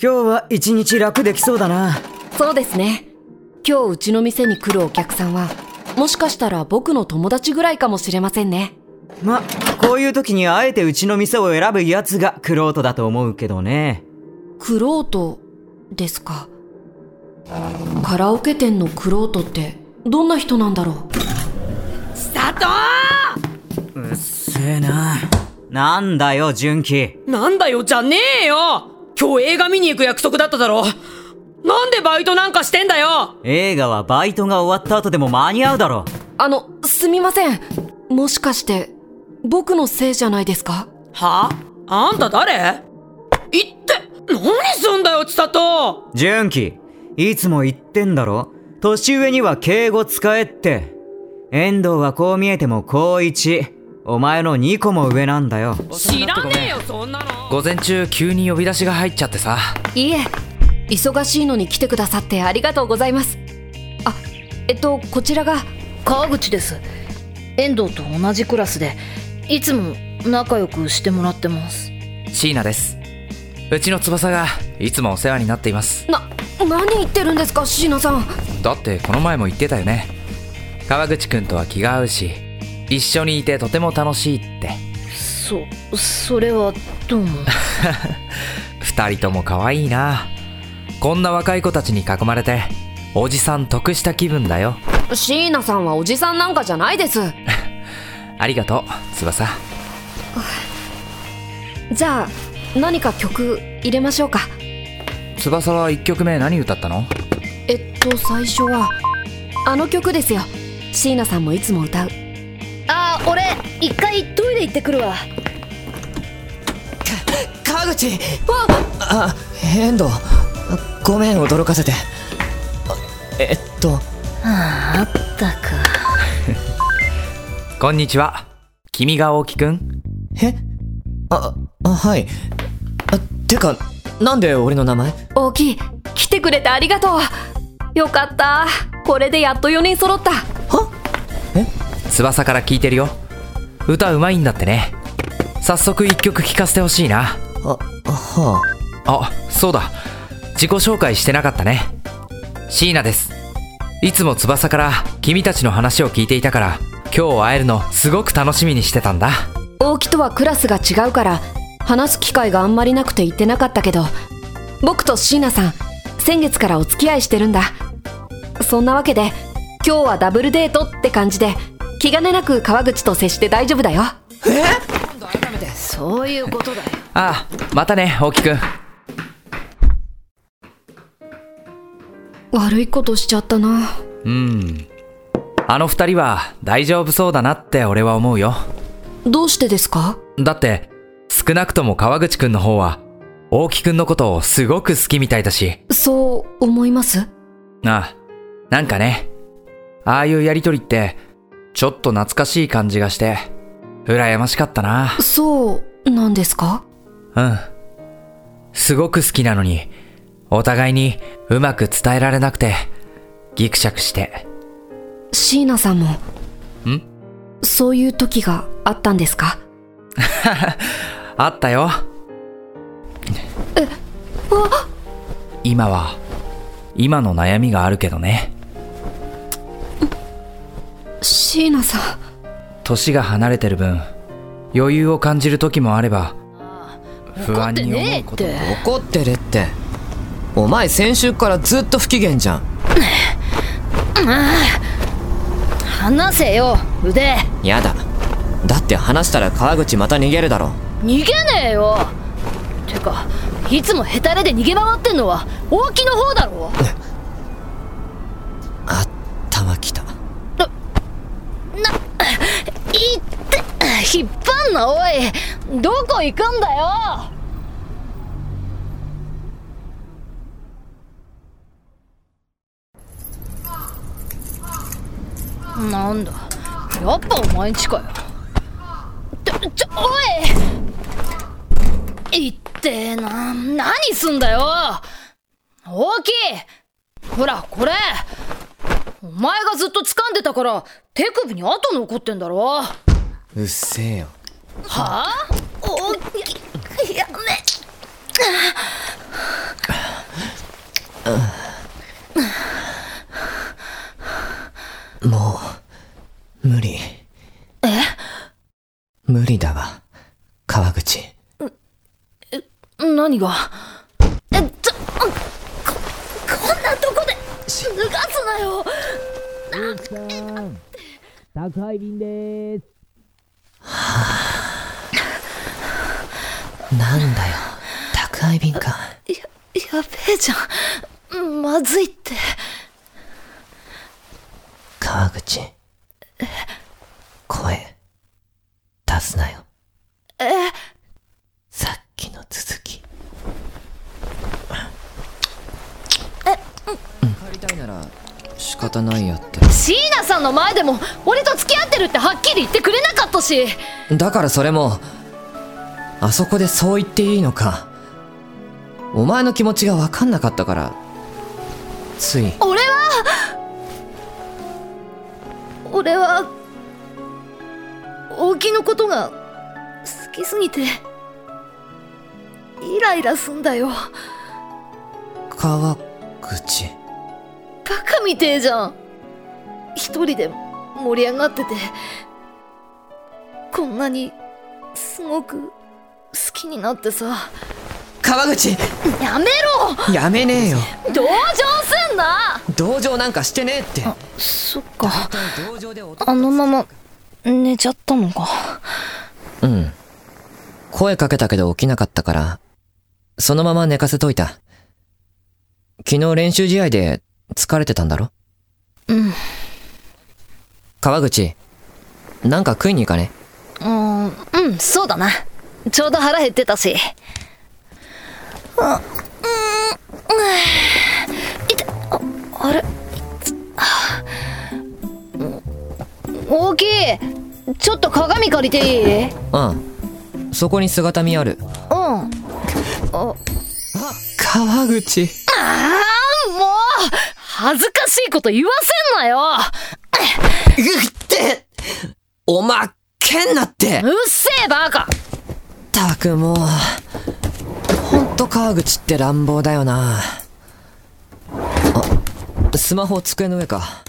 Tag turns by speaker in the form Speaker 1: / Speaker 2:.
Speaker 1: 今日は一日楽できそうだな
Speaker 2: そうですね。今日うちの店に来るお客さんは、もしかしたら僕の友達ぐらいかもしれませんね。
Speaker 1: まこういう時にあえてうちの店を選ぶやつがクロートだと思うけどね
Speaker 2: クロートですか。カラオケ店のクロートって、どんな人なんだろ
Speaker 3: 佐藤
Speaker 1: うっせえななんだよ純喜
Speaker 3: なんだよじゃねえよ今日映画見に行く約束だっただろなんでバイトなんかしてんだよ
Speaker 1: 映画はバイトが終わった後でも間に合うだろ
Speaker 2: うあの、すみません。もしかして、僕のせいじゃないですか
Speaker 3: はあんた誰行って何すんだよ千里
Speaker 1: 純喜いつも言ってんだろ年上には敬語使えって遠藤はこう見えても高一お前の2個も上なんだよ
Speaker 3: 知らねえよそんなの
Speaker 4: 午前中急に呼び出しが入っちゃってさ
Speaker 2: いいえ、忙しいのに来てくださってありがとうございます。あ、えっと、こちらが、
Speaker 5: 川口です遠藤と同じクラスでいつも仲良くしてもらってます
Speaker 4: 椎名ですうちの翼がいつもお世話になっています
Speaker 2: な、何言ってるんですか、椎名さん。
Speaker 4: だってこの前も言ってたよね川口くんとは気が合うし一緒にいてとても楽しいって
Speaker 5: そそれはどうも
Speaker 4: 二人とも可愛いなこんな若い子たちに囲まれておじさん得した気分だよ
Speaker 2: 椎名さんはおじさんなんかじゃないです。
Speaker 4: ありがとう翼
Speaker 2: じゃあ、何か曲入れましょうか。
Speaker 4: 翼は1曲目何歌ったの
Speaker 2: えっと、最初は、あの曲ですよ。椎名さんもいつも歌う。
Speaker 5: あー俺一回トイレ行ってくるわ
Speaker 6: 川口あ遠藤ごめん驚かせてあえっと
Speaker 5: ああったか
Speaker 4: こんにちは君が大きくん
Speaker 6: えああはいあてかなんで俺の名前
Speaker 2: 大きい、来てくれてありがとう。よかった。これでやっと4人揃った。
Speaker 4: 翼から聞いてるよ歌うまいんだってね早速1曲聴かせてほしいな
Speaker 6: ああは
Speaker 4: あそうだ自己紹介してなかったね椎名ですいつも翼から君たちの話を聞いていたから今日会えるのすごく楽しみにしてたんだ
Speaker 2: 大木とはクラスが違うから話す機会があんまりなくて行ってなかったけど僕と椎名さん先月からお付き合いしてるんだそんなわけで今日はダブルデートって感じで気兼ねなく川口と接して大丈夫だよ
Speaker 5: そういうことだよ
Speaker 4: ああまたね大木くん
Speaker 2: 悪いことしちゃったな
Speaker 4: うんあの二人は大丈夫そうだなって俺は思うよ
Speaker 2: どうしてですか
Speaker 4: だって少なくとも川口くんの方は大木くんのことをすごく好きみたいだし
Speaker 2: そう思います
Speaker 4: ああ、なんかね、ああいうやりとりって、ちょっと懐かしい感じがして、羨ましかったな。
Speaker 2: そうなんですか
Speaker 4: うん。すごく好きなのに、お互いにうまく伝えられなくて、ギクシャクして。
Speaker 2: 椎名さんもんそういう時があったんですか
Speaker 4: あったよ。今は、今の悩みがあるけどね。
Speaker 2: 椎名さん
Speaker 4: 年が離れてる分、余裕を感じる時もあれば、不安に思うことも
Speaker 5: 怒ってねえって
Speaker 6: あ怒ってるってお前先週からずっと不機嫌じゃん
Speaker 5: 話せよ腕
Speaker 6: やだだって話したら川口また逃げるだろ
Speaker 5: 逃げねえよてかいつもヘタレで逃げ回ってんのは大木の方だろ
Speaker 6: 頭きた
Speaker 5: いって引っ張んなおいどこ行くんだよなんだやっぱお前んちかよちょちょおいいってえな何すんだよ大きいほらこれお前がずっと掴んでたから手首に跡残ってんだろは
Speaker 6: うっせえよ
Speaker 5: あおややめ
Speaker 6: 無理だわ川口
Speaker 5: 何がえ、ちょ、こ、こんなとこで、脱がすなよ
Speaker 7: 宅配便でーす。
Speaker 6: なんだよ宅配便か
Speaker 5: や、やべえじゃん。まずいって。
Speaker 6: 川口声出すなよ
Speaker 5: え、
Speaker 6: さっきの続き帰りたいなら仕方ないやって
Speaker 5: 椎名さんの前でも、俺と付き合ってるってはっきり言ってくれなかったし。
Speaker 6: だからそれもあそこでそう言っていいのかお前の気持ちが分かんなかったからつい
Speaker 5: 俺は俺は大木のことが好きすぎてイライラすんだよバ
Speaker 6: 川口
Speaker 5: カみてえじゃん一人で盛り上がっててこんなにすごく好きになってさ
Speaker 6: 川口
Speaker 5: やめろ
Speaker 6: やめねえよ
Speaker 5: 同情すんな
Speaker 6: 同情なんかしてねえって
Speaker 5: そっか
Speaker 6: 同情で男
Speaker 5: あのまま寝ちゃったのか
Speaker 6: うん声かけたけど起きなかったからそのまま寝かせといた昨日練習試合で疲れてたんだろ
Speaker 5: うん
Speaker 6: 川口なんか食いに行かね
Speaker 5: うーん、うん、そうだな。ちょうど腹減ってたし。あ、うん、うんいて、あ、あれいつはあうん大きいちょっと鏡借りていいうん。
Speaker 6: うんそこに姿見ある
Speaker 5: あ、もう
Speaker 6: 川口
Speaker 5: 恥ずかしいこと言わせんなよ
Speaker 6: うっておまけんなって
Speaker 5: うっせえバカ
Speaker 6: ったくもうほんと川口って乱暴だよなあスマホ机の上か